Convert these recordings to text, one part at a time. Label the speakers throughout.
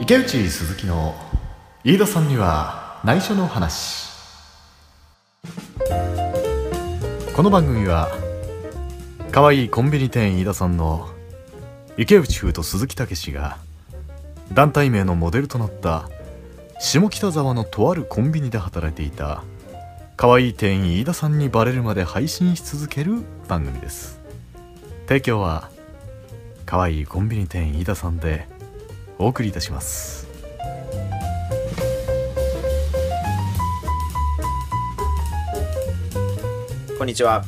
Speaker 1: 池内鈴木の飯田さんには内緒の話この番組は可愛いコンビニ店員飯田さんの池内風と鈴木武氏が団体名のモデルとなった下北沢のとあるコンビニで働いていた可愛い店員飯田さんにバレるまで配信し続ける番組です提供は可愛いコンビニ店員飯田さんでお送りいたします
Speaker 2: こんにちは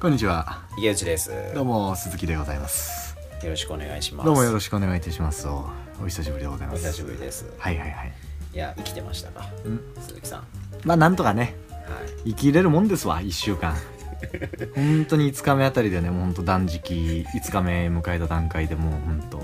Speaker 1: こんにちは
Speaker 2: 池内です
Speaker 1: どうも鈴木でございます
Speaker 2: よろしくお願いします
Speaker 1: どうもよろしくお願いいたしますおお久しぶりでござい
Speaker 2: お
Speaker 1: ます
Speaker 2: 久しぶりです
Speaker 1: はいはいはい
Speaker 2: いや生きてましたか
Speaker 1: ん
Speaker 2: 鈴木さんは
Speaker 1: まあなんとかね生きれるもんですわ1週 間本当に5日目あたりでねもう本当断食5日目迎えた段階でもう本当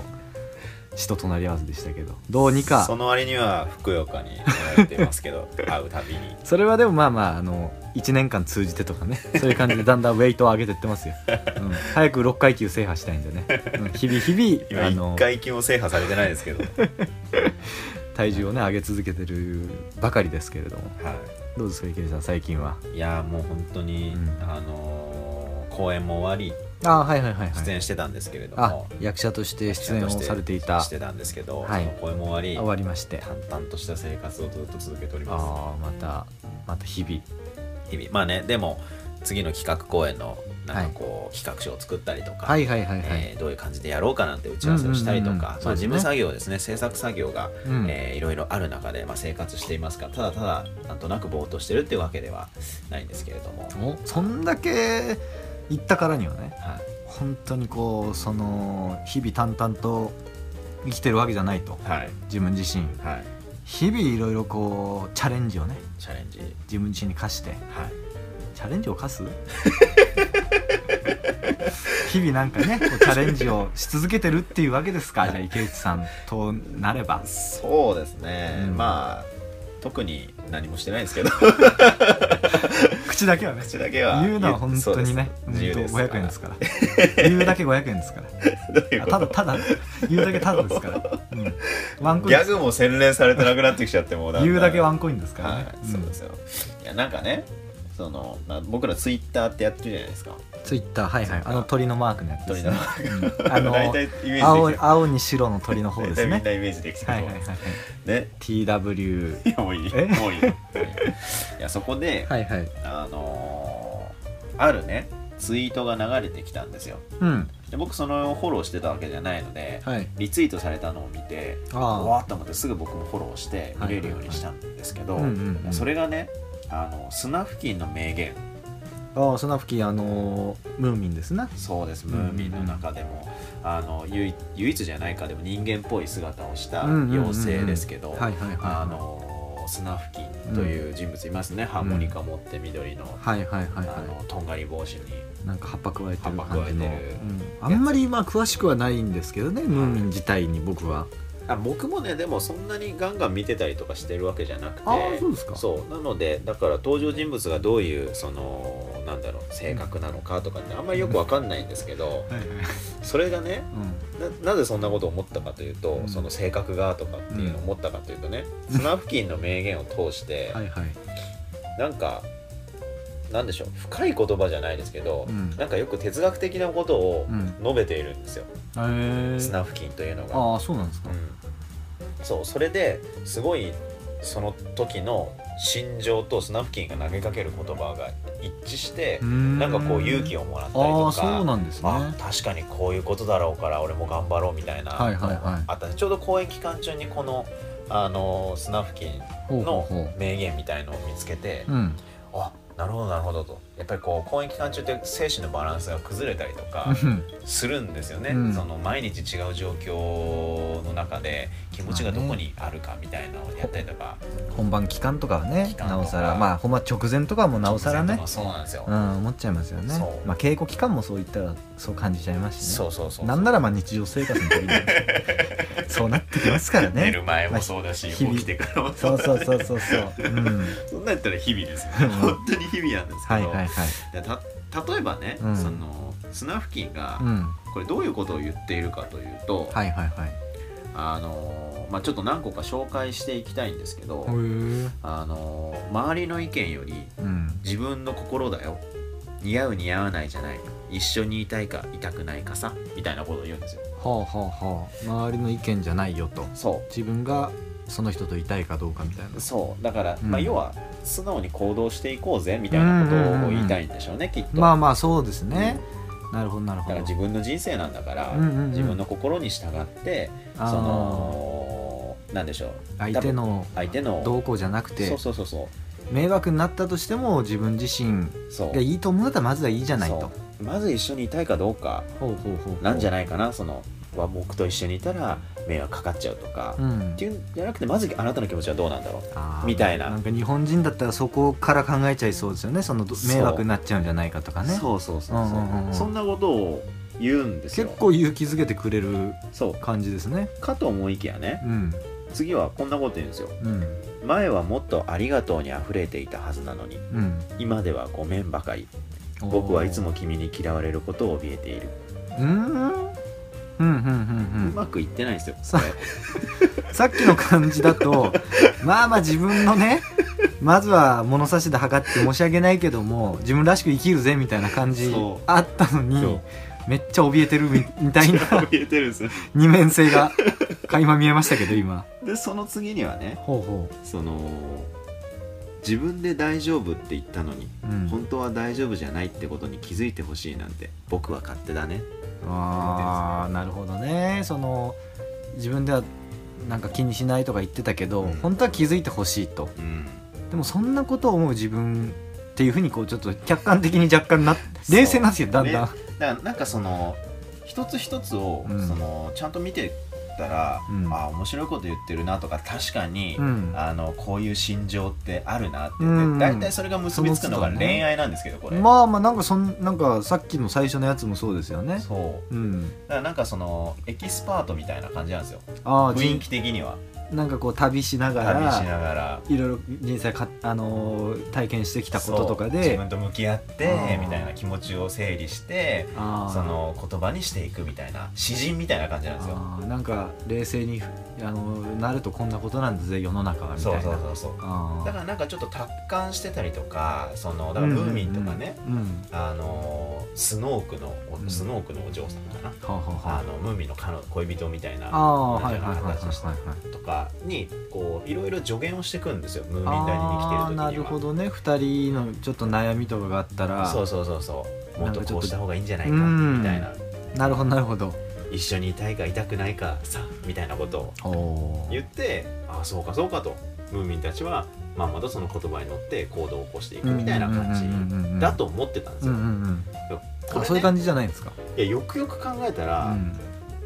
Speaker 1: 死と隣り合わせでしたけどどう
Speaker 2: い
Speaker 1: にか
Speaker 2: その割にはふくよかにやってますけど 会うたびに
Speaker 1: それはでもまあまああの1年間通じてとかねそういう感じでだ んだんウェイトを上げてってますよ、うん、早く6階級制覇したいんでね、うん日々日々
Speaker 2: 今
Speaker 1: あの
Speaker 2: 一回気も制覇されてないで すけどはい
Speaker 1: 体重をね上げ続けてるばかりですけれどもどうですか池江さん最近はい
Speaker 2: やもう本当に、
Speaker 1: うん
Speaker 2: あのー公演も終わ
Speaker 1: ああはいはいはい、
Speaker 2: り出演してたんですけれども、
Speaker 1: あ役者として出演をされていた
Speaker 2: してたんですけど、
Speaker 1: はい
Speaker 2: その公演も終
Speaker 1: 終
Speaker 2: わ
Speaker 1: わりまして
Speaker 2: り淡々とした生活をずっと続けております
Speaker 1: ああまたまた日々
Speaker 2: 日々まあねでも次の企画公演のなんかこう、企画書を作ったりとか、
Speaker 1: はいはいはいはい、
Speaker 2: えーどういう感じでやろうかなんて打ち合わせをしたりとか、
Speaker 1: うんうんうんうん
Speaker 2: ま
Speaker 1: そう
Speaker 2: あ、
Speaker 1: です
Speaker 2: 事
Speaker 1: ね
Speaker 2: 務作業ですね制作作業が、
Speaker 1: うん
Speaker 2: えーいろいろある中で、まあ、生活していますからただただなんとなくぼーっとしてるっていうわけではないんですけれども、
Speaker 1: おそんだけ行ったからにはね
Speaker 2: はい
Speaker 1: 本当にこうその日々淡々と生きてるわけじゃないと
Speaker 2: はい
Speaker 1: 自分自身
Speaker 2: はい、
Speaker 1: 日々いろいろこうチャレンジをね
Speaker 2: チャレンジ、
Speaker 1: 自分自身に課して
Speaker 2: はい、
Speaker 1: チャレンジを課す 日々なんかねこうチャレンジをし続けてるっていうわけですかじゃあ池内さんとなれば
Speaker 2: そうですね、
Speaker 1: うん
Speaker 2: まあ特に何もしてないんです けど
Speaker 1: 口だけはね
Speaker 2: 口だけは
Speaker 1: 言うのは本当にね
Speaker 2: そうです自由
Speaker 1: 本
Speaker 2: です
Speaker 1: 当500円ですから言うだけ500円ですから
Speaker 2: どういう
Speaker 1: あ
Speaker 2: こ
Speaker 1: た
Speaker 2: と
Speaker 1: だただ言うだけただですから、うん、ワンコイ
Speaker 2: ギ
Speaker 1: ン
Speaker 2: ャグも洗練されてなくなってきちゃってもうだんだん
Speaker 1: 言うだけワンコインですから
Speaker 2: は
Speaker 1: ね
Speaker 2: い、、そうですよいやなんかねその、まあ、僕らツイッターってやってるじゃないですか
Speaker 1: ツイッターはいはいあの鳥のマークのやつですねうんあの
Speaker 2: 大体イメージできて
Speaker 1: 青い青に白の鳥の方
Speaker 2: 大
Speaker 1: です
Speaker 2: 体み
Speaker 1: ね
Speaker 2: んなイメージできてる、
Speaker 1: はいはいはいはい
Speaker 2: ね
Speaker 1: TW
Speaker 2: いやもういい
Speaker 1: え
Speaker 2: もういいいやそこで、
Speaker 1: はいはい
Speaker 2: あのーあるねツイートが流れてきたんですよ
Speaker 1: うん
Speaker 2: で僕そのフォローしてたわけじゃないので、
Speaker 1: はい
Speaker 2: リツイートされたのを見てう
Speaker 1: あ
Speaker 2: わーっと思ってすぐ僕もフォローして見れるようにしたんですけど、
Speaker 1: はいはいはいうんうんうん
Speaker 2: それがねあの砂付近の名言
Speaker 1: ああその付近あのームーミンですね
Speaker 2: そうです
Speaker 1: うん
Speaker 2: ムーミンの中でも、あの唯唯一じゃないかでも人間っぽい姿をした
Speaker 1: うんうんうんうん
Speaker 2: 妖精ですけど、
Speaker 1: はいはいはい
Speaker 2: あのスナフキンという人物いますね、ハーモニカ持って緑の,、
Speaker 1: はいはいはい
Speaker 2: あ
Speaker 1: は
Speaker 2: のとんがり帽子に
Speaker 1: いなんか葉っぱ加えてる
Speaker 2: 葉っぱ
Speaker 1: 感
Speaker 2: 加
Speaker 1: じ
Speaker 2: えてる
Speaker 1: の、うんあんまりまあ詳しくはないんですけどねムーミン自体に僕は
Speaker 2: あ僕もねでもそんなにガンガン見てたりとかしてるわけじゃなくて
Speaker 1: あーそうですか
Speaker 2: そうなのでだから登場人物がどういうそのなんだろう性格なのかとかってあんまりよくわかんないんですけど
Speaker 1: はいはい
Speaker 2: それがねななぜそんなことを思ったかというと、
Speaker 1: うん
Speaker 2: その性格がとかっていうのを思ったかというとね、砂付近の名言を通し て、
Speaker 1: はいはい
Speaker 2: なんかなんでしょう深い言葉じゃないですけど、
Speaker 1: うん
Speaker 2: なんかよく哲学的なことを
Speaker 1: うん
Speaker 2: 述べているんですよ、
Speaker 1: へえ
Speaker 2: 砂付近というのが。
Speaker 1: ああそうなんですか
Speaker 2: うんそうそれですごいその時の心情と砂付近が投げかける言葉が一致して、
Speaker 1: な
Speaker 2: なんかこう勇気をもらったり
Speaker 1: あ
Speaker 2: と
Speaker 1: あ
Speaker 2: か
Speaker 1: そうなんですね
Speaker 2: あ確かにこういうことだろうから俺も頑張ろうみたいな、
Speaker 1: はいはいはい
Speaker 2: あったちょうど公演期間中にこのあの砂付近
Speaker 1: ほうほう
Speaker 2: の
Speaker 1: ほう
Speaker 2: 名言みたいのを見つけて、
Speaker 1: うん
Speaker 2: あなるほどなるほどとやっぱりこう公演期間中って精神のバランスが崩れたりとか
Speaker 1: うん
Speaker 2: するんですよね、
Speaker 1: うん
Speaker 2: その毎日違う状況の中で気持ちがどこにあるかみたいなのをやったりとか、
Speaker 1: 本番期間とかはね
Speaker 2: 期間とか
Speaker 1: なおさらまあ本番直前とかはもうなおさらね
Speaker 2: そうなんですよ、
Speaker 1: うん思っちゃいますよね
Speaker 2: そう
Speaker 1: まあ稽古期間もそういったらそう感じちゃいますしね
Speaker 2: そうそうそう
Speaker 1: なんならまあ日常生活の時に もそうなってきますから
Speaker 2: 寝
Speaker 1: ね
Speaker 2: る前もそうだし、
Speaker 1: まあ日々
Speaker 2: 起きてからも
Speaker 1: そうそうそううそうそううん
Speaker 2: そんなんやったら日々ですよ
Speaker 1: うん
Speaker 2: 本当に日々なんですけ
Speaker 1: は
Speaker 2: ど、
Speaker 1: いはいはい
Speaker 2: でた例えばね、
Speaker 1: うん
Speaker 2: そのスナフキンが
Speaker 1: うん
Speaker 2: これどういうことを言っているかというと、
Speaker 1: はいはいはい
Speaker 2: あのーまあ、ちょっと何個か紹介していきたいんですけど、
Speaker 1: え
Speaker 2: あのー周りの意見より
Speaker 1: うん
Speaker 2: 自分の心だよ似合う似合わないじゃない一緒にいたいかいたくないかさみたいなことを言うんですよ
Speaker 1: はあはあはあ周りの意見じゃないよと
Speaker 2: そ
Speaker 1: 自分がその人といたいかどうかみたいな
Speaker 2: うそうだから、
Speaker 1: うん
Speaker 2: まあ、要は素直に行動していこうぜみたいなことを言いたいんでしょうね、きっと、
Speaker 1: まあまあそうですね、なるほどなる
Speaker 2: だ
Speaker 1: ほ
Speaker 2: か
Speaker 1: ど
Speaker 2: ら自分の人生なんだから、
Speaker 1: うんうんうん
Speaker 2: 自分の心に従ってそ
Speaker 1: あー
Speaker 2: のなんでしょう
Speaker 1: 相手の
Speaker 2: 多分相手の
Speaker 1: どうこうじゃなくて
Speaker 2: そうそうそうそ
Speaker 1: 迷惑になったとしても自分自身
Speaker 2: うそう
Speaker 1: がいいと思うんだったらまずはいいじゃないと
Speaker 2: そうまず一緒にいたいかどうか
Speaker 1: ほうほうほう
Speaker 2: なんじゃ
Speaker 1: ない
Speaker 2: ないかなそのわ僕と一緒にいたら迷惑かかっちゃうとか、
Speaker 1: う
Speaker 2: っ
Speaker 1: ん
Speaker 2: ていうんじゃなくてまずあなたの気持ちはどうなんだろう
Speaker 1: あー
Speaker 2: みたいな
Speaker 1: なんか日本人だったらそこから考えちゃいそうですよねそのど
Speaker 2: そう
Speaker 1: 迷惑になっちゃうんじゃないかとかね
Speaker 2: そうそうそうそう,、
Speaker 1: うんうんうんうん
Speaker 2: そんなことを言うんです
Speaker 1: 結
Speaker 2: よ
Speaker 1: 構勇気づけてくれる
Speaker 2: そう
Speaker 1: 感じですね
Speaker 2: かと思いきやね
Speaker 1: うん
Speaker 2: 次はこんなこと言うんですよ
Speaker 1: うん
Speaker 2: 前はもっとありがとうに溢れていたはずなのに
Speaker 1: うん
Speaker 2: 今ではごめんばかり僕はいつも君に嫌われることを怯えている、
Speaker 1: うーんうんうんうん
Speaker 2: うまくいってないんですよ
Speaker 1: ささっきの感じだと まあまあ自分のねまずは物差しで測って申し訳ないけども自分らしく生きるぜみたいな感じ
Speaker 2: そう
Speaker 1: あったのに
Speaker 2: そ
Speaker 1: めっちゃ怯えてるみ みたいな
Speaker 2: 怯えてるんですよ
Speaker 1: 二面性が垣間見えましたけど今
Speaker 2: でその次にはね
Speaker 1: ほうほ
Speaker 2: その自分で大丈夫って言ったのに
Speaker 1: う、うん、
Speaker 2: 本当は大丈夫じゃないってことに気づいてほしいなんて僕は勝手だね
Speaker 1: ああなるほどねその自分ではなんか気にしないとか言ってたけど、
Speaker 2: うん
Speaker 1: 本当は気づいてほしいと
Speaker 2: うん
Speaker 1: でもそんなことを思う自分っていうふうにこうちょっと客観的に若干な
Speaker 2: そう
Speaker 1: 冷静なんですよだんだん、
Speaker 2: ねだからなんかその一つ一つを、
Speaker 1: うん
Speaker 2: そのちゃんと見てたら、
Speaker 1: うん
Speaker 2: ああ面白いこと言ってるなとか確かに、
Speaker 1: うん
Speaker 2: あのこういう心情ってあるなって
Speaker 1: うん
Speaker 2: 大体、それが結びつくのが
Speaker 1: その都度ね
Speaker 2: 恋愛なんですけどこれ、
Speaker 1: まあまあなんかそんなんかさっきの最初のやつもそうですよね
Speaker 2: そう
Speaker 1: うん
Speaker 2: だからなんかそのエキスパートみたいな感じなんですよ
Speaker 1: ああ
Speaker 2: 雰囲気的には
Speaker 1: 人なんかこう旅しながら
Speaker 2: 旅しながら
Speaker 1: いろいろ人生か、あのー体験してきたこととか
Speaker 2: そう自
Speaker 1: で
Speaker 2: 分と向き合って
Speaker 1: うん
Speaker 2: みたいな気持ちを整理して
Speaker 1: あー
Speaker 2: その言葉にしていくみたいな詩人みたいな感じなんですよ
Speaker 1: あーなんか冷静に、あのーなるとこんなことなんだぜ世の中はみたい
Speaker 2: そう
Speaker 1: な
Speaker 2: そうそうそう
Speaker 1: あー
Speaker 2: だからなんかちょっと達観してたりとかそのだからムーミンとかね、
Speaker 1: うんうんうん、
Speaker 2: あのースノークのお
Speaker 1: うん
Speaker 2: スノークのお嬢さんかな、
Speaker 1: はあはあは
Speaker 2: あのムーミンの彼女恋人みたい
Speaker 1: あ
Speaker 2: な
Speaker 1: あー
Speaker 2: な
Speaker 1: は
Speaker 2: ん
Speaker 1: い
Speaker 2: て
Speaker 1: はいはいは
Speaker 2: いうの
Speaker 1: いはい
Speaker 2: 形した
Speaker 1: はい
Speaker 2: とかにこういろいろ助言をしてくんですよムーミン
Speaker 1: あ
Speaker 2: 谷に来てる時
Speaker 1: ー
Speaker 2: には
Speaker 1: なるほどね2人のちょっと悩みとかがあったら
Speaker 2: そうそうそうそうも
Speaker 1: な
Speaker 2: っ
Speaker 1: んかち
Speaker 2: と
Speaker 1: ょっと
Speaker 2: こうした方がいいんじゃないか
Speaker 1: うん
Speaker 2: みたいな
Speaker 1: なるほどなるほど
Speaker 2: 一緒にいたいかいたくないかさみたいなことを
Speaker 1: おー
Speaker 2: 言ってああそうかそうかとムーミンたちはまあまたその言葉に乗って行動を起こしていくみたいな感じだと思ってたんです
Speaker 1: うん
Speaker 2: よ、
Speaker 1: うんうん
Speaker 2: こ
Speaker 1: あ
Speaker 2: れ
Speaker 1: そういう
Speaker 2: ね
Speaker 1: 感じじゃないんですか。
Speaker 2: いやよくよく考えた
Speaker 1: う
Speaker 2: ら、
Speaker 1: ん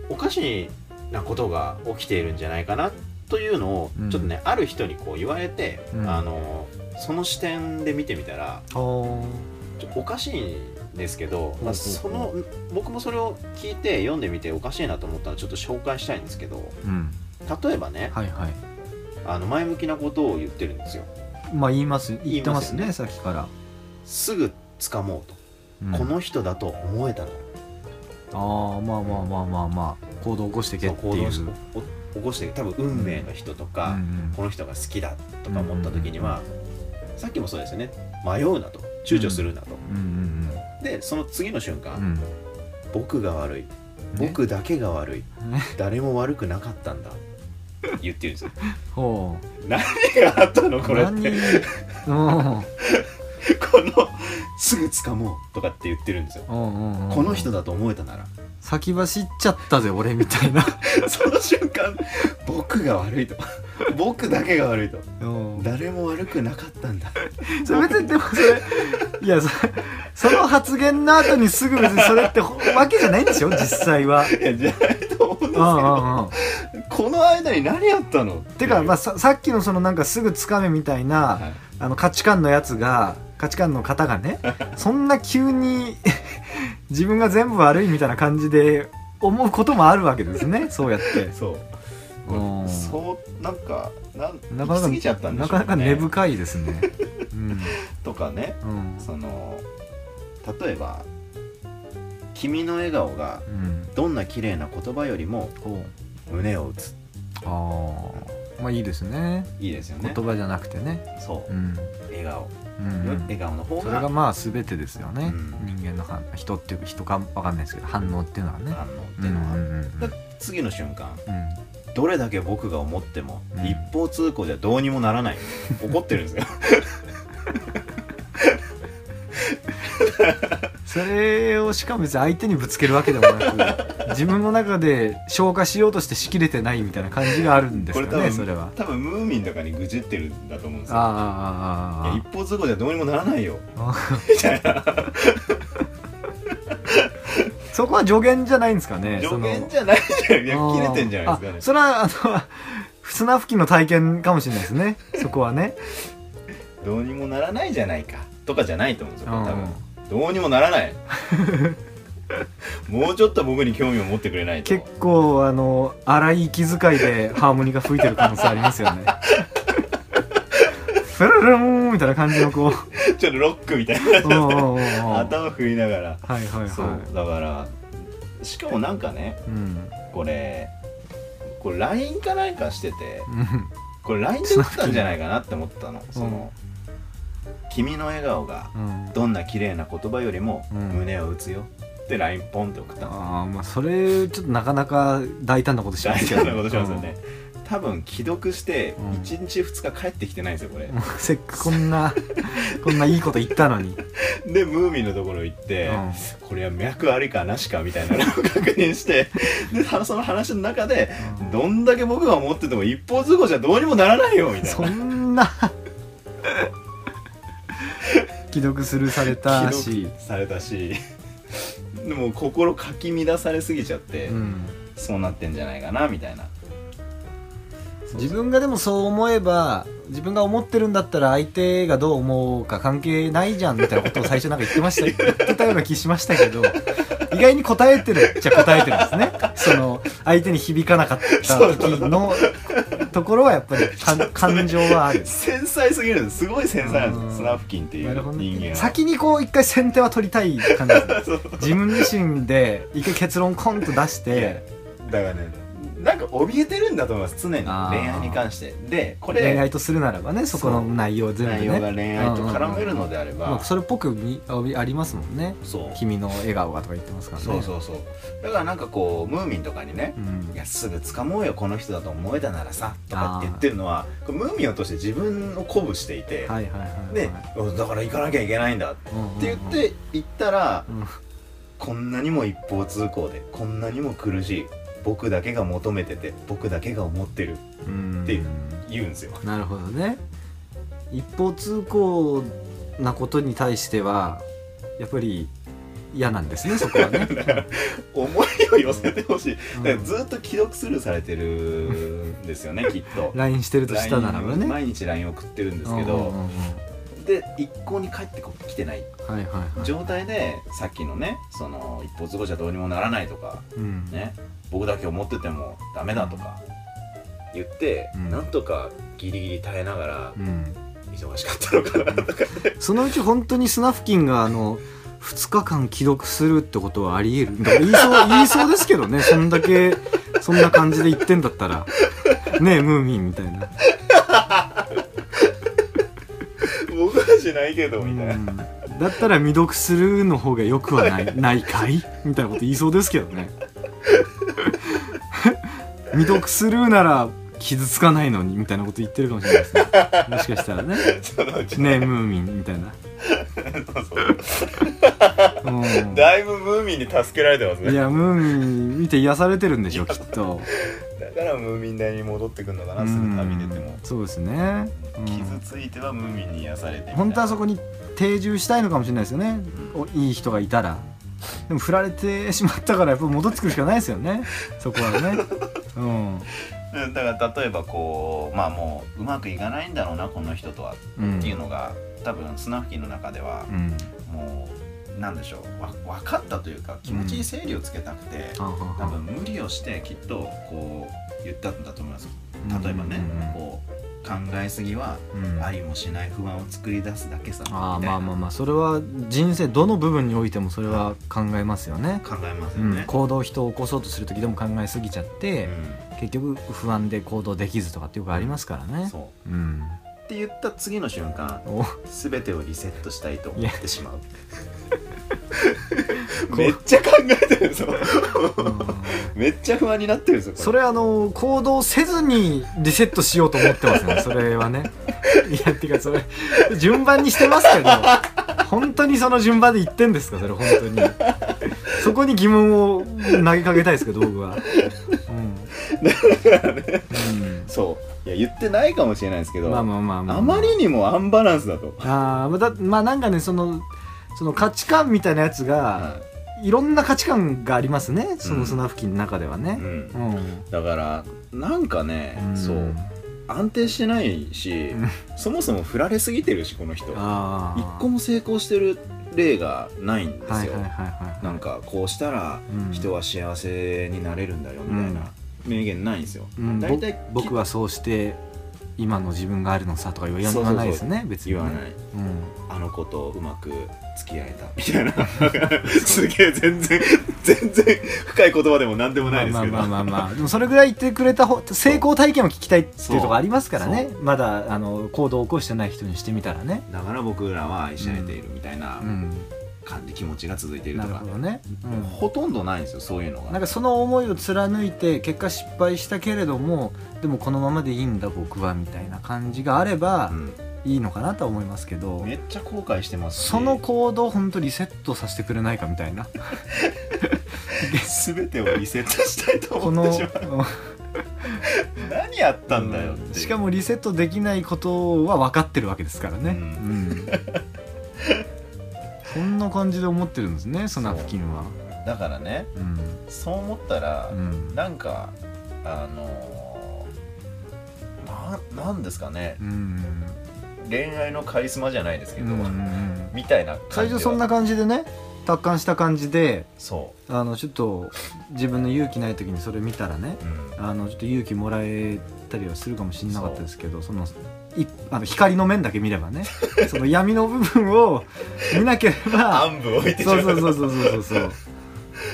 Speaker 2: おかしなことが起きているんじゃないかなというのを
Speaker 1: うん
Speaker 2: ちょっとね、ある人にこう言われて、
Speaker 1: うん
Speaker 2: あのその視点で見てみたら
Speaker 1: お
Speaker 2: ちょおかしいんですけど、
Speaker 1: ほうほうほ
Speaker 2: ま
Speaker 1: う
Speaker 2: あ、その僕もそれを聞いて読んでみておかしいなと思ったのでちょっと紹介したいんですけど
Speaker 1: うん、
Speaker 2: 例えばね
Speaker 1: はいはい。
Speaker 2: あの前向きなことを言ってるんですよ
Speaker 1: まあ言います
Speaker 2: 言
Speaker 1: 言
Speaker 2: い
Speaker 1: って
Speaker 2: ま
Speaker 1: ますす
Speaker 2: よ
Speaker 1: ね
Speaker 2: ね
Speaker 1: さっきから。
Speaker 2: すぐ掴もうと、
Speaker 1: うん
Speaker 2: この人だと思えたから
Speaker 1: ああまあまあまあまあまあ行動を起こしてけって
Speaker 2: 行
Speaker 1: いう。
Speaker 2: 動を起こして多分運命の人と
Speaker 1: う
Speaker 2: か、
Speaker 1: ん
Speaker 2: この人が好きだとか思った時には、さっきもそうですよね迷うなと躊躇するなと、
Speaker 1: うんうん
Speaker 2: でその次の瞬間、
Speaker 1: うんうん
Speaker 2: 僕が悪い僕だけが悪い
Speaker 1: ね
Speaker 2: 誰も悪くなかったんだ言ってるんですよ
Speaker 1: ほう
Speaker 2: 何があったのこれっ
Speaker 1: 何
Speaker 2: て
Speaker 1: うん
Speaker 2: このすぐ掴もうとかって言ってるんですよ、
Speaker 1: うんうんうん
Speaker 2: この人だと思えたなら
Speaker 1: 先走っちゃったぜ俺みたいな。
Speaker 2: その瞬間僕が悪いと 僕だけが悪いと
Speaker 1: うん
Speaker 2: 誰も悪くなかったんだ
Speaker 1: それ別にでもそれいやそその発言の後にすぐ別にそれってほわけじゃないんでしょ実際は。
Speaker 2: いやじゃないと思うん
Speaker 1: うんうん
Speaker 2: ですけ
Speaker 1: うん。
Speaker 2: どこの間に何やったの
Speaker 1: てか、まあ、
Speaker 2: あ
Speaker 1: ささっきのそのなんかすぐつかめみたいな、あの価値観のやつが価値観の方が ねそんな急に 自分が全部悪いみたいな感じで思うこともあるわけです ねそうやって
Speaker 2: そう
Speaker 1: うん
Speaker 2: そうなんかなん
Speaker 1: な
Speaker 2: 行
Speaker 1: か
Speaker 2: き過ぎちゃったんでしょ
Speaker 1: なかな
Speaker 2: う
Speaker 1: か根
Speaker 2: ね
Speaker 1: 深いです ねうん
Speaker 2: とかね
Speaker 1: うん
Speaker 2: その例えば「君の笑顔が
Speaker 1: うん
Speaker 2: どんな綺麗な言葉よりも
Speaker 1: こ
Speaker 2: 胸を打つ
Speaker 1: あーまあいいですね
Speaker 2: いいですよね
Speaker 1: 言葉じゃなくてね
Speaker 2: そう
Speaker 1: うん、
Speaker 2: 笑顔、
Speaker 1: うん、
Speaker 2: 笑顔の方
Speaker 1: それが
Speaker 2: が
Speaker 1: まあ全てですよね、
Speaker 2: うん
Speaker 1: 人間の反人っていう人か分かんないですけど反応っていうのはね
Speaker 2: 反応っ
Speaker 1: うん
Speaker 2: ていううんのは、
Speaker 1: うんうん
Speaker 2: だ次の瞬間
Speaker 1: うん
Speaker 2: どれだけ僕が思っても、
Speaker 1: うん
Speaker 2: 一方通行じゃどうにもなら ない怒ってるんですよ
Speaker 1: それをしかも別に相手にぶつけるわけでもなく自分の中で消化しようとしてしきれてないみたいな感じがあるんですかねそれは
Speaker 2: 多分ムーミンとかに愚痴ってるんだと思うんですよいや
Speaker 1: あ
Speaker 2: 一方通行じゃどうにもならない よ
Speaker 1: ああああそこは助言じゃないんですかね
Speaker 2: 上限
Speaker 1: ゃ
Speaker 2: じゃないじゃんいや切れてんじゃないですかね
Speaker 1: それはあの 砂吹きの体験かもしれないですねそこはね
Speaker 2: どうにもならないじゃないかとかじゃないと思うんですよ多
Speaker 1: うん
Speaker 2: 分どうにもな らないもうちょっと僕に興味を持ってくれないと
Speaker 1: 結構あの荒い息遣いでハーモニカ吹いてる可能性ありますよ ねフルルンみたいな感じのこう
Speaker 2: ちょっとロックみたい
Speaker 1: おうおうおうおう
Speaker 2: な
Speaker 1: はい
Speaker 2: 頭振りながら
Speaker 1: はいはい
Speaker 2: そうだからしかもなんかね
Speaker 1: うん
Speaker 2: これこれ LINE かなんかしてて
Speaker 1: うん
Speaker 2: これ LINE で打ったんじゃないかなって思ったのその「君の笑顔が
Speaker 1: うん
Speaker 2: どんな綺麗な言葉よりも
Speaker 1: うん
Speaker 2: 胸を打つよ」って LINE ポンって送ったの
Speaker 1: ああまあそれちょっとなかなか大胆なことしま
Speaker 2: 大
Speaker 1: す
Speaker 2: 事なことしますよね多分既読して
Speaker 1: うん
Speaker 2: 1日2日帰ってきてないんですよこれ
Speaker 1: うんせっかくこんなこんないいこと言ったのに、
Speaker 2: でムーミンのところ行ってこれは脈ありかなしかみたいなのを確認してでその話の中で
Speaker 1: うん
Speaker 2: どんだけ僕が思ってても一方通行じゃどうにもならないよみたい
Speaker 1: そ
Speaker 2: なん
Speaker 1: な既読するされたし、
Speaker 2: されたし でも心かき乱されすぎちゃって、
Speaker 1: うん、
Speaker 2: そうなってんじゃないかなみたいな
Speaker 1: 自分がでもそう思えば自分が思ってるんだったら相手がどう思うか関係ないじゃんみたいなことを最初なんか言ってました 言ってたような気しましたけど意外に答えてるじゃ答えてるんですねその相手に響かなかった時のところはやっぱりかん感情はある
Speaker 2: 繊細すぎるんですすごい繊細なんです
Speaker 1: うん
Speaker 2: よスナフキンってい
Speaker 1: なる
Speaker 2: う
Speaker 1: ほどね
Speaker 2: 人間は、
Speaker 1: 先にこう一回先手は取りたい感じですね
Speaker 2: そう
Speaker 1: 自分自身で一回結論コンと出して
Speaker 2: だからねなんか怯えてるんだと思います常に恋
Speaker 1: あー
Speaker 2: 愛に関してでこ
Speaker 1: 恋
Speaker 2: れ
Speaker 1: 愛とするならばねそこの内容全部
Speaker 2: 内
Speaker 1: ね
Speaker 2: 容が恋愛と絡めるのであれば、
Speaker 1: まあ、それっぽくみあありますもんね
Speaker 2: そ
Speaker 1: 「
Speaker 2: う
Speaker 1: 君の笑顔が」とか言ってますからね
Speaker 2: そうそうそうだからなんかこうムーミンとかにね
Speaker 1: うん
Speaker 2: いやすぐ掴もうよこの人だと思えたならさとかって言ってるのはこれムーミンを通して自分を鼓舞していて、
Speaker 1: はいはいはいはい
Speaker 2: でだから行かなきゃいけないんだって
Speaker 1: うんうんうん
Speaker 2: 言って行ったら、
Speaker 1: うん
Speaker 2: こんなにも一方通行でこんなにも苦しい僕だけが求めてて僕だけが思ってる
Speaker 1: うん
Speaker 2: って言うんですよ
Speaker 1: なるほどね一方通行なことに対してはやっぱり嫌なんですねそこは ね、
Speaker 2: 思いを寄せてほしい、
Speaker 1: うん
Speaker 2: だからずっと既読スルーされてるんですよねきっ と
Speaker 1: LINE してるとしたならばね
Speaker 2: LINE 毎日 LINE 送ってるんですけ
Speaker 1: うんうんう
Speaker 2: ど
Speaker 1: ん
Speaker 2: で一向に帰ってこ来てない
Speaker 1: はいはいはい
Speaker 2: 状態でさっきのねその一方通行じゃどうにもならないとか
Speaker 1: うん
Speaker 2: ね僕だけ思っててもダメだとか言って、
Speaker 1: うん
Speaker 2: なんとかギリギリ耐えながら
Speaker 1: うん
Speaker 2: 忙しかったのかなとか
Speaker 1: そのうち本当にスナフキンがあの2日間既読するってことはありえるだから言いそう言いそうですけどねそんだけそんな感じで言ってんだったらねえムーミンみたいな
Speaker 2: 僕はしないけど
Speaker 1: う
Speaker 2: みたいな、
Speaker 1: んだったら未読するの方がよくはないないかいみたいなこと言いそうですけどね 未読するなら傷つかないのにみたいなこと言ってるかもしれないですねもしかしたらね
Speaker 2: そのうち
Speaker 1: ねえムーミンみたいな
Speaker 2: そう
Speaker 1: うん
Speaker 2: だいぶムーミンに助けられてます
Speaker 1: い
Speaker 2: ね
Speaker 1: やムーミン見て癒されてるんでしょきっと
Speaker 2: だからムーミン台に戻ってくるのか
Speaker 1: う
Speaker 2: なすぐ
Speaker 1: ん
Speaker 2: 旅出ても、
Speaker 1: そうですね、うん
Speaker 2: 傷ついてはムーミンに癒されて
Speaker 1: 本当はそ
Speaker 2: こ
Speaker 1: こに定住したいのかもしれないですよねおいい人がいたらでも振られてしまったからやっぱ戻ってくるしかないですよねそこは ねうん
Speaker 2: だから例えばこうまあもううまくいかないんだろうなこの人とは
Speaker 1: うん
Speaker 2: っていうのが、多分スナフキンの中では
Speaker 1: うん
Speaker 2: もうなんでしょうわ分かったというか気持ちに整理をつけたくて、
Speaker 1: はんはんは
Speaker 2: 多
Speaker 1: ん
Speaker 2: 分無理をしてきっとこう言ったんだと思います例え
Speaker 1: うんう
Speaker 2: ばね、
Speaker 1: んうん
Speaker 2: こう考えすぎは
Speaker 1: うん
Speaker 2: ありもしない不安を作り出すだけさ
Speaker 1: ああ
Speaker 2: みたい
Speaker 1: まあ
Speaker 2: な
Speaker 1: まあまあそれは人生どの部分においてもそれは考えますよね、
Speaker 2: 考えます
Speaker 1: う
Speaker 2: よ
Speaker 1: ん
Speaker 2: ね、、
Speaker 1: 行動を人を起こそうとする時でも考えすぎちゃって、結局不安で行動できずとかってよくありますから
Speaker 2: うん
Speaker 1: ね、
Speaker 2: そう
Speaker 1: ん、
Speaker 2: うって言った次の瞬間
Speaker 1: お
Speaker 2: 全てをリセットしたいと思ってし まう
Speaker 1: や
Speaker 2: めっちゃ考えてるぞめっちゃ不安になってるぞこれ
Speaker 1: それあの行動せずにリセットしようと思ってます ねそれはねいやっていうかそれ順番にしてますけど本当にその順番で言ってんですかそれ本当にそこに疑問を投げかけたいですけど僕はうん、
Speaker 2: そういや言ってないかもしれないですけ
Speaker 1: う
Speaker 2: ど、
Speaker 1: ん、まあまあまあまあ
Speaker 2: あまりにもアンバランスだと、
Speaker 1: あーだまあなんかねそのその価値観みたいなやつが、いろんな価値観がありますねそうの
Speaker 2: ん
Speaker 1: 砂付近の中では
Speaker 2: う
Speaker 1: ね
Speaker 2: ん
Speaker 1: うん、
Speaker 2: だからなんかね、
Speaker 1: ん
Speaker 2: そう安定してないし、
Speaker 1: うん
Speaker 2: そもそも振られすぎてるしこの人
Speaker 1: ああ
Speaker 2: 一個も成功してる例がないんです
Speaker 1: はい
Speaker 2: よ、
Speaker 1: はいはいはい
Speaker 2: なんかこうしたら
Speaker 1: うん
Speaker 2: 人は幸せになれるんだよみたいな名言ないんですよ、
Speaker 1: うん
Speaker 2: 大体
Speaker 1: ぼ僕はそうして今の自分があるのさとか言わ言わないですね別に
Speaker 2: 言
Speaker 1: ね
Speaker 2: わない
Speaker 1: うん
Speaker 2: あの子とうまく付き合えたみたいな すげえ全然全然深い言葉でも何でもないですけど、
Speaker 1: まあまあまあまあまあでもそれぐらい言ってくれた方成功体験を聞きたいっていうところありますからねまだあの行動を起こしてない人にしてみたらね
Speaker 2: だから僕らは愛し合えているみたいな
Speaker 1: うん
Speaker 2: 感じ気持ちが続いている
Speaker 1: な
Speaker 2: と
Speaker 1: る
Speaker 2: か
Speaker 1: ほ、どね、うん、
Speaker 2: ほとんどないんですよそういうの
Speaker 1: なん
Speaker 2: が
Speaker 1: かその思いを貫いて結果失敗したけれどもでもこのままでいいんだ僕はみたいな感じがあればいいのかなとは思いますけど、
Speaker 2: うんめっちゃ後悔してますし
Speaker 1: その行動を本当リセットさせてくれないかみたいな
Speaker 2: 全てをリセットしたいと
Speaker 1: こ
Speaker 2: 思っ
Speaker 1: の
Speaker 2: てしまう何やったんだよっていう、
Speaker 1: うんしかもリセットできないことは分かってるわけですからね、
Speaker 2: うん
Speaker 1: うんそんな感じで思ってるんですねその付近は
Speaker 2: だからね
Speaker 1: うん
Speaker 2: そう思ったら、
Speaker 1: うん
Speaker 2: なんかあのー、ななんですかね
Speaker 1: うん
Speaker 2: 恋愛のカリスマじゃないですけ
Speaker 1: う
Speaker 2: ど、
Speaker 1: ん
Speaker 2: みたいな感じ
Speaker 1: 最初
Speaker 2: は
Speaker 1: そんな感じでね達観した感じで
Speaker 2: そ
Speaker 1: あのちょっと自分の勇気ない時にそれ見たらね
Speaker 2: う、うん
Speaker 1: あのちょっと勇気もらえたりはするかもしれなかったですけどそのいあの光の面だけ見ればねその闇の部分を見なけれ ば
Speaker 2: 暗部置いてしま
Speaker 1: そううそうそうそうそうそうそ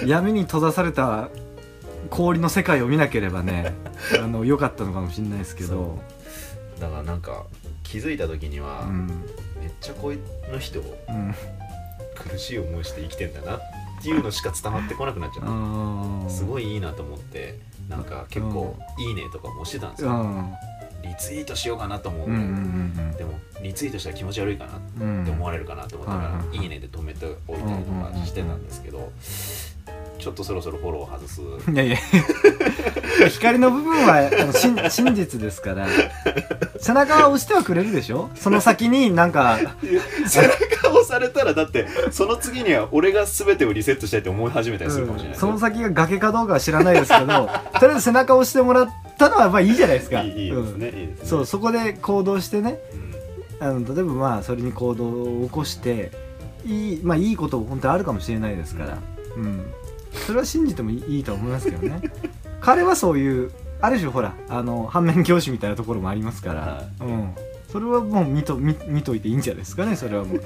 Speaker 1: う闇に閉ざされた氷の世界を見なければ ねあの良かったのかもしれないですけど
Speaker 2: だからなんか気づいた時に
Speaker 1: う
Speaker 2: は、
Speaker 1: ん
Speaker 2: めっちゃこの人
Speaker 1: うん
Speaker 2: 苦しい思いして生きてんだなっていうのしか伝わってこなくなっちゃっ
Speaker 1: あ
Speaker 2: た
Speaker 1: ー
Speaker 2: すごいいいなと思ってなんか結構「いいね」とかも押してたんです
Speaker 1: う
Speaker 2: よ
Speaker 1: ん
Speaker 2: リツイートしようかなと思う、
Speaker 1: うんうん
Speaker 2: でもリツイートしたら気持ち悪いかなっ
Speaker 1: うんうん
Speaker 2: て思われるかなと思ったから
Speaker 1: うん
Speaker 2: 「いいね」で止めておいたりとかしてたんですけどちょっとそろそろフォロー外す
Speaker 1: いやいや 光の部分はあの真 真実ですから背中は押してはくれるでしょその先になんか
Speaker 2: 背中をされたらだってその次には俺が全てをリセットしたいって思い始めたりするかもしれないです
Speaker 1: そ
Speaker 2: よ、
Speaker 1: の先が崖かどうかは知らないですけどとりあえず背中を押してもらったのはまあいいじゃないですか
Speaker 2: いいいいですね、いいで
Speaker 1: う
Speaker 2: すね
Speaker 1: んそう、そこで行動してね
Speaker 2: うん
Speaker 1: あの例えばまあそれに行動を起こしていい,、まあ、いいことも本当にあるかもしれないですから、うん、それは信じてもいいいいと思いますけどね 彼はそういうある種ほらあの反面教師みたいなところもありますから、
Speaker 2: は
Speaker 1: うん、それはもう見と見見といていいんじゃないですかねそれはもう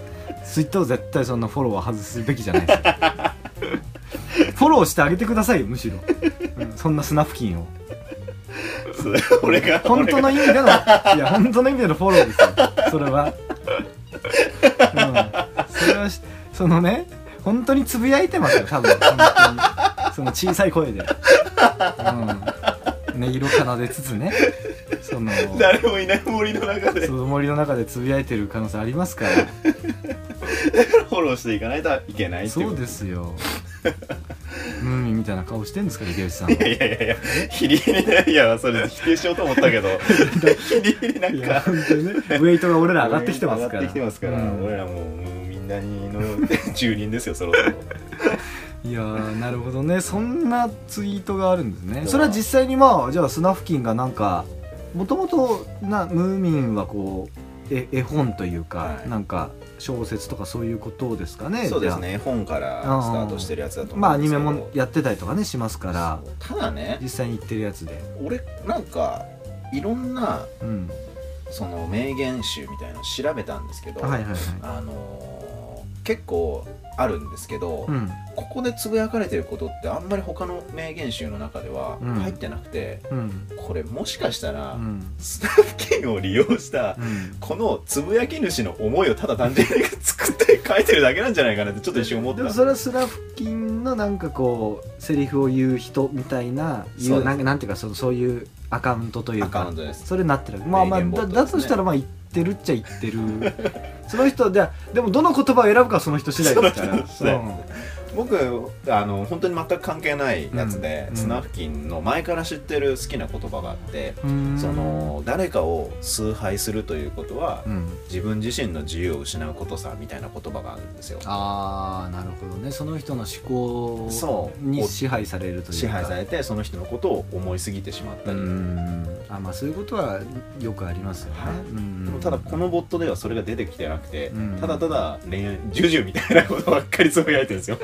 Speaker 1: ツイッターを絶対そんなフォローは外すべきじゃないですよ フォローしてあげてくださいよむしろ、うんそんなスナフキンを
Speaker 2: それ俺が
Speaker 1: 本当の意味でのいや本当の意味でのフォローですよそれは、うん、それはしそのね本当につぶやいてますよ多分本当にその小さい声で、うん、音色奏でつつねその
Speaker 2: 誰もいない森の中で
Speaker 1: その森の中でつぶやいてる可能性ありますから
Speaker 2: フォローしていかないといけないってい
Speaker 1: そうう
Speaker 2: こと
Speaker 1: ですよムーミンみたいな顔してんですか池内さん
Speaker 2: いやいやいやひりひりねいやそれ否定しようと思っ たけどひりひりないん
Speaker 1: や
Speaker 2: か
Speaker 1: 本当にねウェイトが俺ら上がってきてますから
Speaker 2: 上がってきてますから、
Speaker 1: うん
Speaker 2: 俺らもうみんなにの住人ですよそろそろ
Speaker 1: いやーなるほどねそんなツイートがあるんですねそれは実際にまあじゃあスナフキンがなんかもともとなムーミンはこうえ絵本というか、
Speaker 2: はい
Speaker 1: なんか小説とかそういうことですかね
Speaker 2: そうですね本からスタートしてるやつだ
Speaker 1: じ
Speaker 2: と
Speaker 1: ゃあまあア
Speaker 2: 思うんで
Speaker 1: ニ
Speaker 2: すけ
Speaker 1: メ
Speaker 2: ど
Speaker 1: もやってたりとかねしますから
Speaker 2: ただね
Speaker 1: 実際に行ってるやつで
Speaker 2: 俺なんかいろんな
Speaker 1: うん
Speaker 2: その名言集みたいの調べたんですけど、
Speaker 1: はいはいはい
Speaker 2: あのー結構あるんですけど、
Speaker 1: うん
Speaker 2: ここでつぶやかれてることってあんまり他の名言集の中では
Speaker 1: うん
Speaker 2: 入ってなくて、
Speaker 1: うん
Speaker 2: これもしかしたら、
Speaker 1: うん
Speaker 2: スナフキンを利用した
Speaker 1: うん
Speaker 2: このつぶやき主の思いをただ単純に作って書いてるだけなんじゃないかなってちょっと一瞬思っ
Speaker 1: で
Speaker 2: た
Speaker 1: もそれはスラフキンのなんかこうセリフを言う人みたいな
Speaker 2: そ
Speaker 1: 言う
Speaker 2: うです
Speaker 1: なんかなんていうかそのそういうアカウントという
Speaker 2: アカウ
Speaker 1: か
Speaker 2: ントです
Speaker 1: それになってるまあまあ
Speaker 2: 名言ボッ
Speaker 1: だ
Speaker 2: トですね
Speaker 1: だとしたらまあ言ってるっちゃ言ってる その人ででもどの言葉を選ぶかはその人次第ですから
Speaker 2: その人次第僕あの本当に全く関係ないやつで、
Speaker 1: うん
Speaker 2: スナフキンの前から知ってる好きな言葉があって、
Speaker 1: うん
Speaker 2: その誰かを崇拝するということは、
Speaker 1: うん
Speaker 2: 自分自身の自由を失うことさみたいな言葉があるんですよ
Speaker 1: ああなるほどねその人の思考
Speaker 2: そう
Speaker 1: に支配されるというか
Speaker 2: 支配されてその人のことを思いすぎてしまった
Speaker 1: う
Speaker 2: り、
Speaker 1: んあまあそういうことはよくありますよね、
Speaker 2: はい
Speaker 1: うん
Speaker 2: でもただこのボットではそれが出てきてなくて、
Speaker 1: うん
Speaker 2: ただただ恋愛ジュジュみたいなことばっかりつぶやいてるんですよ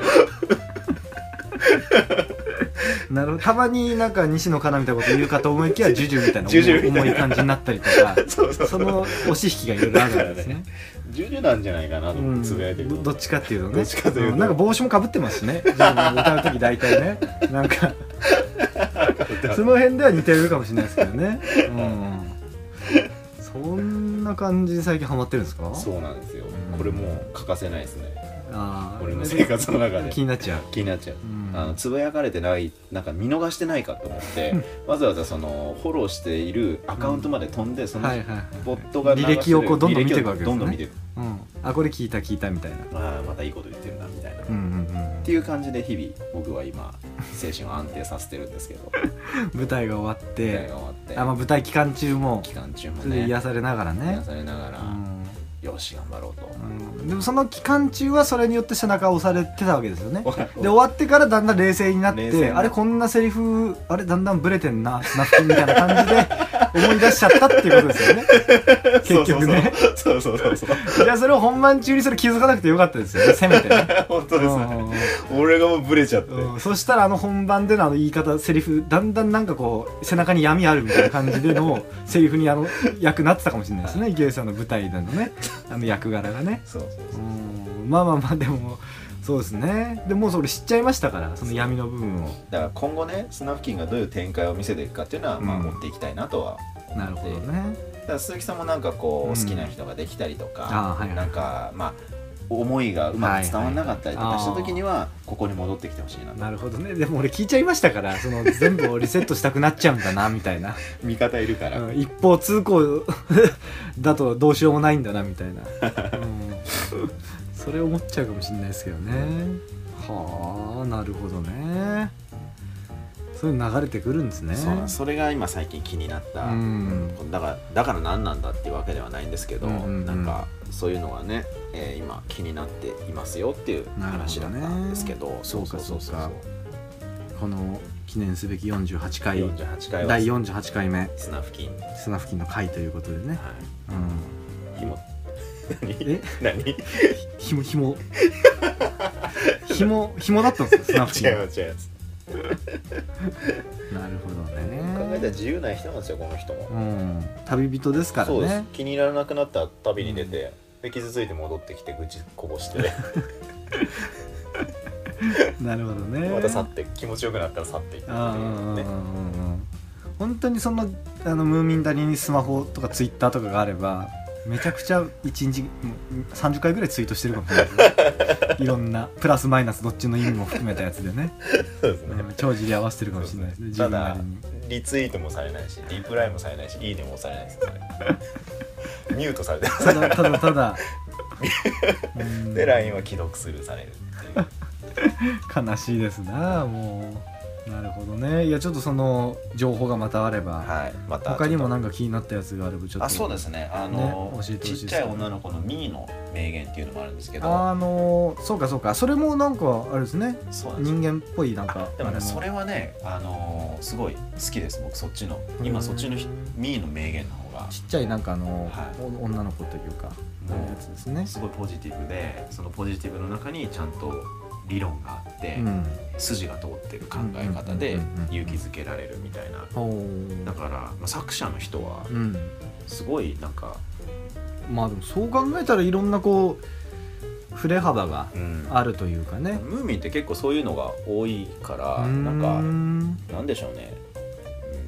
Speaker 1: なるほどたまになんか西野カナみたいなこと言うかと思いきやジュジュみたいな重
Speaker 2: ジュジュみたいな
Speaker 1: 重い感じになったりと か
Speaker 2: そうそ
Speaker 1: そ
Speaker 2: うそう
Speaker 1: の押し引きがいろいろあるんですね
Speaker 2: ジュジュなんじゃないかなと
Speaker 1: う
Speaker 2: 思っ
Speaker 1: ん
Speaker 2: てつぶやいてる
Speaker 1: ど
Speaker 2: の
Speaker 1: どっちかっていうとね
Speaker 2: どっちかというと
Speaker 1: んなんか帽子もかぶってますしねジュジュの歌う時大体 ねなんかその辺では似てるかもしれないですけ どね、うん、そんな感じで最近ハマってるんですか
Speaker 2: そうなんですよ
Speaker 1: うん
Speaker 2: これもう欠かせないですね
Speaker 1: あー
Speaker 2: 俺の生活の中で
Speaker 1: 気になっちゃう、
Speaker 2: 気になっちゃう
Speaker 1: うん
Speaker 2: あのつぶやかれてないなんか見逃してないかと思ってわざわざそのフォローしているアカウントまで飛んでその
Speaker 1: はいはいはい
Speaker 2: ボットが流して
Speaker 1: 履
Speaker 2: る
Speaker 1: 歴をこうどんどん見ていくわけですね
Speaker 2: 履歴をどんどん見ていく
Speaker 1: うん、あこれ聞いた聞いたみたいな
Speaker 2: ああまたいいこと言ってるなみたいな、
Speaker 1: う
Speaker 2: っ
Speaker 1: んうん うん
Speaker 2: ていう感じで日々僕は今精神を安定させてるんです けど
Speaker 1: 舞台が終わっ
Speaker 2: 舞台
Speaker 1: て
Speaker 2: が終わって
Speaker 1: あ、まあ、舞台期間中も
Speaker 2: 期間中も
Speaker 1: それで
Speaker 2: ね
Speaker 1: 癒
Speaker 2: 癒
Speaker 1: されながらね
Speaker 2: されなが
Speaker 1: う
Speaker 2: ら、
Speaker 1: ん
Speaker 2: よし頑張ろうと、
Speaker 1: うんでもその期間中はそれによって背中を押されてたわけですよね で終
Speaker 2: お
Speaker 1: わってからだんだん冷静になっ
Speaker 2: 冷静にな
Speaker 1: て
Speaker 2: る
Speaker 1: あれこんなセリフあれだんだんブレてんなスナフキンみたいな感じで 思い出しちゃったっていうことですよ ね結局ね
Speaker 2: そうそうそうそうそう そう
Speaker 1: いやそれを本番中にそれ気づかなくてよかったですよねせめてね
Speaker 2: 本当ですね、
Speaker 1: うん
Speaker 2: 俺がもうブレちゃって、
Speaker 1: うんそしたらあの本番でのあの言い方セリフだんだんなんかこう背中に闇あるみたいな感じでのセリフにあの役なってたかもしれないですね池江さんの舞台でのねあの役柄 がね
Speaker 2: そうそうそう
Speaker 1: うんまあまあまあでもそうですねでもうそれ知っちゃいましたからその闇の部分を
Speaker 2: だから今後ねスナフキンがどういう展開を見せていくかっていうのは、まあ
Speaker 1: うん
Speaker 2: 持っていきたいなとは思って
Speaker 1: なるほどね
Speaker 2: だから鈴木さんもなんかこう、
Speaker 1: うん
Speaker 2: 好きな人ができたりと
Speaker 1: あ
Speaker 2: か、
Speaker 1: ーはいはい
Speaker 2: なんかまあ思いがうまく伝わらなかったりと
Speaker 1: はい
Speaker 2: か
Speaker 1: はい
Speaker 2: した時には、ここに戻ってきてほしいな
Speaker 1: なるほどねでも俺聞いちゃいましたからその全部をリセットしたくなっちゃうんだなみたいな、
Speaker 2: 味方いるから、
Speaker 1: うん一方通行 だとどうしようもないんだなみたいな、うんそれ思っちゃうかもしれないですけどねはあなるほどねそういうの流れてくるんですね
Speaker 2: そうなんそれが今最近気になった、
Speaker 1: うん
Speaker 2: だからだから何なんだっていうわけではないんですけど、
Speaker 1: うんうんうん
Speaker 2: なんかそういうのがね、えー今気になっていますよっていう話だったんですけど
Speaker 1: なるほどね
Speaker 2: そうそうそう
Speaker 1: そう
Speaker 2: そう
Speaker 1: かこの記念すべき48回
Speaker 2: 48回は
Speaker 1: 第48回目
Speaker 2: スナフキン、は
Speaker 1: 砂付近の回ということでね、うん、
Speaker 2: い、ひも
Speaker 1: え
Speaker 2: 何何
Speaker 1: ひもひ もひもひもだったんですよ砂付
Speaker 2: 違
Speaker 1: 近
Speaker 2: う違う
Speaker 1: なるほど
Speaker 2: 考えたら
Speaker 1: ね
Speaker 2: 自由な人なんですよこの人も、
Speaker 1: うん旅人ですから
Speaker 2: そうです
Speaker 1: ね
Speaker 2: 気に入らなくなった旅に出て、で傷ついて戻ってきて愚痴こぼして
Speaker 1: なるほどね
Speaker 2: また去って気持ちよくなったら去っていって、
Speaker 1: あー
Speaker 2: ね、
Speaker 1: 本当にそのあのムーミン谷にスマホとかツイッターとかがあればめちゃくちゃ1日もう30回ぐらいツイートしてるかもしれないです ねいろんなプラスマイナスどっちの意味も含めたやつでね、
Speaker 2: そうですね、
Speaker 1: うん、帳尻合わせてるかもしれないですね自
Speaker 2: た
Speaker 1: 分な
Speaker 2: だ
Speaker 1: りに
Speaker 2: リツイートもされないしリプライもされないしいいねもされないですねミュートされてます
Speaker 1: ただただた だうん
Speaker 2: で LINE は既読スルーされるっていう
Speaker 1: 悲しいですなもうなるほどねいやちょっとその情報がまたあれば、
Speaker 2: はいまた
Speaker 1: 他にもなん
Speaker 2: か
Speaker 1: か気になったやつがあればちょっと
Speaker 2: あそうですねあの
Speaker 1: ね教えてほしい
Speaker 2: ち
Speaker 1: で
Speaker 2: っ
Speaker 1: す
Speaker 2: ちゃい女の子のミーの名言っていうのもあるんですけど
Speaker 1: あのそうかそうかそれもなんかあれですね
Speaker 2: そうなんですよ
Speaker 1: 人間っぽいなんか
Speaker 2: でも
Speaker 1: あれ
Speaker 2: ね
Speaker 1: も
Speaker 2: それはねあのーすごい好きです僕そっちの
Speaker 1: う
Speaker 2: 今
Speaker 1: ん
Speaker 2: そっちのひミーの名言の方が
Speaker 1: ちっちゃいなんかあの、
Speaker 2: はい
Speaker 1: お女の子というかあ
Speaker 2: もう
Speaker 1: のやつですね
Speaker 2: すごいポジティブでそのポジティブの中にちゃんと
Speaker 3: 理論があって、
Speaker 1: うん
Speaker 3: 筋が通ってる考え方で
Speaker 1: うんうんうんうん
Speaker 3: 勇気づけられるみたいな
Speaker 1: おー
Speaker 3: だから、まあ、作者の人は
Speaker 1: うん
Speaker 3: すごいなんか、
Speaker 1: まあでもそう考えたらいろんなこう触れ幅があるというかね
Speaker 3: ムーミンって結構そういうのが多いからなん
Speaker 1: うー
Speaker 3: か
Speaker 1: ん
Speaker 3: なんでしょうね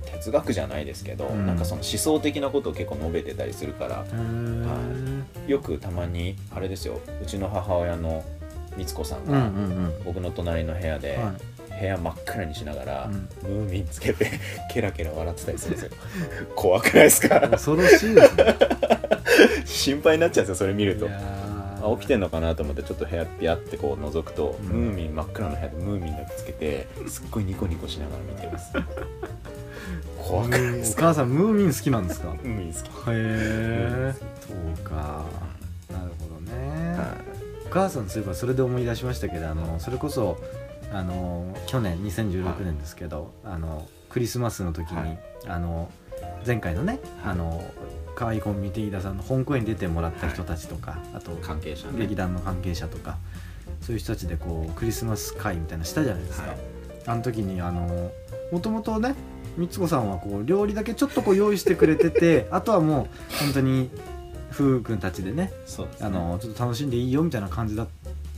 Speaker 3: うん哲学じゃないですけど、
Speaker 1: うん
Speaker 3: なんかその思想的なことを結構述べてたりするから
Speaker 1: へー
Speaker 3: はよくたまにあれですようちの母親の光子さん
Speaker 1: うんう
Speaker 3: が
Speaker 1: ん
Speaker 3: 僕の隣の部屋
Speaker 1: う
Speaker 3: で
Speaker 1: んはい
Speaker 3: 部屋真っ暗にしながら
Speaker 1: うん
Speaker 3: ムーミンつけてケラケラ笑ってたりするんですよ怖くないですか
Speaker 1: 恐ろしいですね
Speaker 3: 心配になっちゃうんですよそれ見るとあ起きて
Speaker 1: ん
Speaker 3: んのかなと思ってちょっと部屋ピャってこう覗くと、
Speaker 1: うん
Speaker 3: ムーミン真っ暗の部屋でムーミンだけつけ てすっごいニコニコしながら見てます怖くないです
Speaker 1: お
Speaker 3: か
Speaker 1: 母さんムーミン好きなんですかへ
Speaker 3: ムーミン好き
Speaker 1: えそうかなるほどね
Speaker 3: はい
Speaker 1: お母さんそういえばそれで思い出しましたけどあのそれこそあの去年2016年ですけど、あのクリスマスの時に、
Speaker 3: はい
Speaker 1: あの前回のね、あの可愛いコンビニティーダさんの本公演に出てもらった人たちとか、あと
Speaker 2: 関係者ね
Speaker 1: 劇団の関係者とかそういう人たちでこうクリスマス会みたいなのしたじゃないですか、
Speaker 2: はい
Speaker 1: あの時にあのもともとねみつこさんはこう料理だけちょっとこう用意してくれてて あとはもう本当に夫婦君たちでね
Speaker 2: そうですね
Speaker 1: あのちょっと楽しんでいいよみたいな感じだっ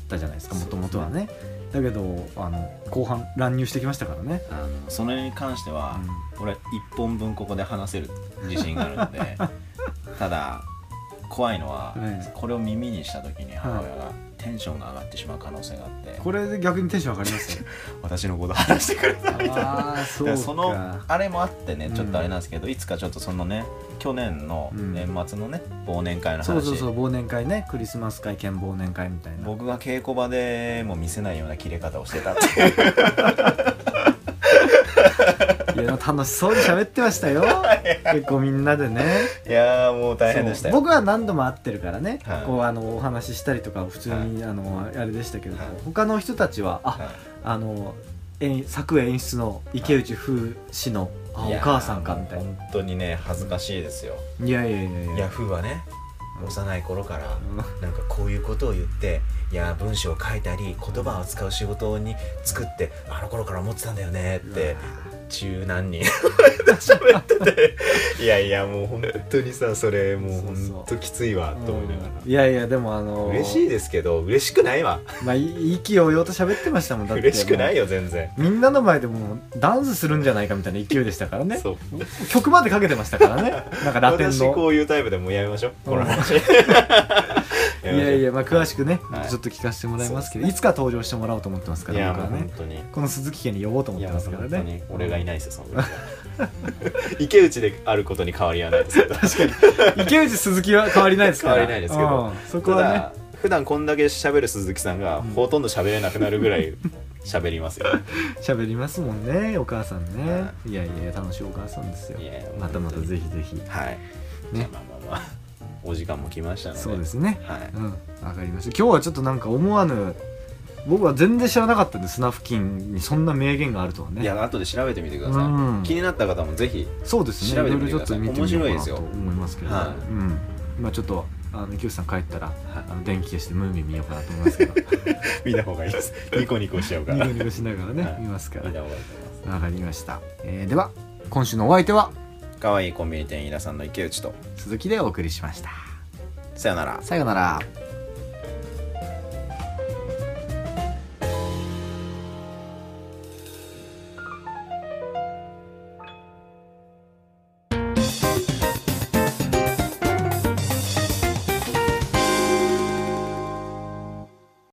Speaker 1: たじゃないですかもともとはねだけどあの後半乱入してきましたからね、
Speaker 2: あのそれに関しては、俺1本分ここで話せる自信がある のでただ怖いのは、
Speaker 1: はい
Speaker 2: これを耳にした時に母親がテンションが上がってしまう可能性があって、
Speaker 1: これで逆にテンション上がりますよ
Speaker 2: 私のこと話してくれたみたいな
Speaker 1: ああそう
Speaker 2: で
Speaker 1: か
Speaker 2: そのあれもあってねちょっとあれなんですけど、いつかちょっとそのね去年の
Speaker 1: うん
Speaker 2: 年末のね、忘年会 の話
Speaker 1: そうそうそう忘年会ねクリスマス会兼忘年会みたいな
Speaker 2: 僕が稽古場でも見せないような切れ方をしてたっていう
Speaker 1: いや楽しそうに喋ってま したよ結構みんなでね
Speaker 2: いやーもう大変でした
Speaker 1: そう
Speaker 2: よ
Speaker 1: 僕は何度も会ってるからね、
Speaker 2: はい
Speaker 1: こうあのお話ししたりとか普通に、あのあれでしたけど、
Speaker 2: はい
Speaker 1: 他の人たちはあ、
Speaker 2: はい
Speaker 1: あの演作演出の池内風氏の、あ
Speaker 2: い
Speaker 1: お
Speaker 2: やー
Speaker 1: 母さんかみたい
Speaker 2: も
Speaker 1: な
Speaker 2: う本当にね恥ずかしいですよ
Speaker 1: いやいやいやいや
Speaker 2: ヤフーはね幼い頃からなんかこういうことを言っていや文章を書いたり言葉を使う仕事に作ってあの頃から思ってたんだよねって中何人 喋ってていやいやもう本当にさそれもう本当きついわ
Speaker 1: うん
Speaker 2: と思いながら
Speaker 1: いやいやでもあの
Speaker 2: 嬉しいですけど嬉しくないわ
Speaker 1: まあい意気揚々と喋ってましたもんだって
Speaker 2: 嬉しくない
Speaker 1: よ
Speaker 2: よ全然
Speaker 1: みんなの前でもうダンスするんじゃないかみたいな勢いでしたからね
Speaker 2: そう
Speaker 1: 曲までかけてましたからねなんかラテン
Speaker 2: 私
Speaker 1: の
Speaker 2: こういうタイプでもうやめましょうこの話
Speaker 1: いやい
Speaker 2: や
Speaker 1: や、まあ、詳しくね、
Speaker 2: はい
Speaker 1: ちょっと聞かせてもらいますけど
Speaker 2: そうですね
Speaker 1: いつか登場してもらおうと思ってますか
Speaker 2: めましょうい
Speaker 1: ら
Speaker 2: や
Speaker 1: 僕
Speaker 2: も
Speaker 1: は
Speaker 2: う
Speaker 1: ね
Speaker 2: 本当に
Speaker 1: この鈴木家に呼ぼうと思
Speaker 2: い
Speaker 1: って
Speaker 2: や
Speaker 1: ますから
Speaker 2: 本当
Speaker 1: ね
Speaker 2: に俺がいないですよその時は 池内であることに変わりはないです けど
Speaker 1: 池内鈴木は変わりないですから
Speaker 2: 変わりないですけど
Speaker 1: うんそこ
Speaker 2: た
Speaker 1: はね
Speaker 2: だ普段こんだけ喋る鈴木さんが
Speaker 1: うん
Speaker 2: ほとんど喋れなくなるぐらい喋りますよ
Speaker 1: 喋りますもんねお母さんね、い、やいや楽しいお母さんですよ
Speaker 2: いや
Speaker 1: またまたぜひぜひ
Speaker 2: はいじゃ
Speaker 1: ね
Speaker 2: あまあまあまあ お時間も来ましたので
Speaker 1: そうですね
Speaker 2: はい
Speaker 1: うんわかりました今日はちょっとなんか思わぬ僕は全然知らなかったんでスナフキンにそんな名言があるとはね
Speaker 2: いや後で調べてみてくだ
Speaker 1: う
Speaker 2: さ
Speaker 1: ん
Speaker 2: い気になった方もぜひ
Speaker 1: そうですね
Speaker 2: 調
Speaker 1: いろ
Speaker 2: べて
Speaker 1: いろちょ
Speaker 2: みて
Speaker 1: っと見てみようかなと思いますけど、
Speaker 2: はい
Speaker 1: うん、今ちょっとあの池内さん帰ったら
Speaker 2: はい
Speaker 1: あの電気消してムーミン見ようかなと思いますけ ど
Speaker 2: 見た方がいいですニコニコしちゃうか
Speaker 1: ニ
Speaker 2: ら
Speaker 1: コ
Speaker 2: 見
Speaker 1: ニコしながらね、
Speaker 2: はい
Speaker 1: 見ますから
Speaker 2: た方がい
Speaker 1: わ
Speaker 2: いと思います
Speaker 1: かりました、えーでは今週のお相手は
Speaker 2: かわいいコンビニ店員田さんの池内と
Speaker 1: 鈴木でお送りしました
Speaker 2: さよなら
Speaker 1: さようなら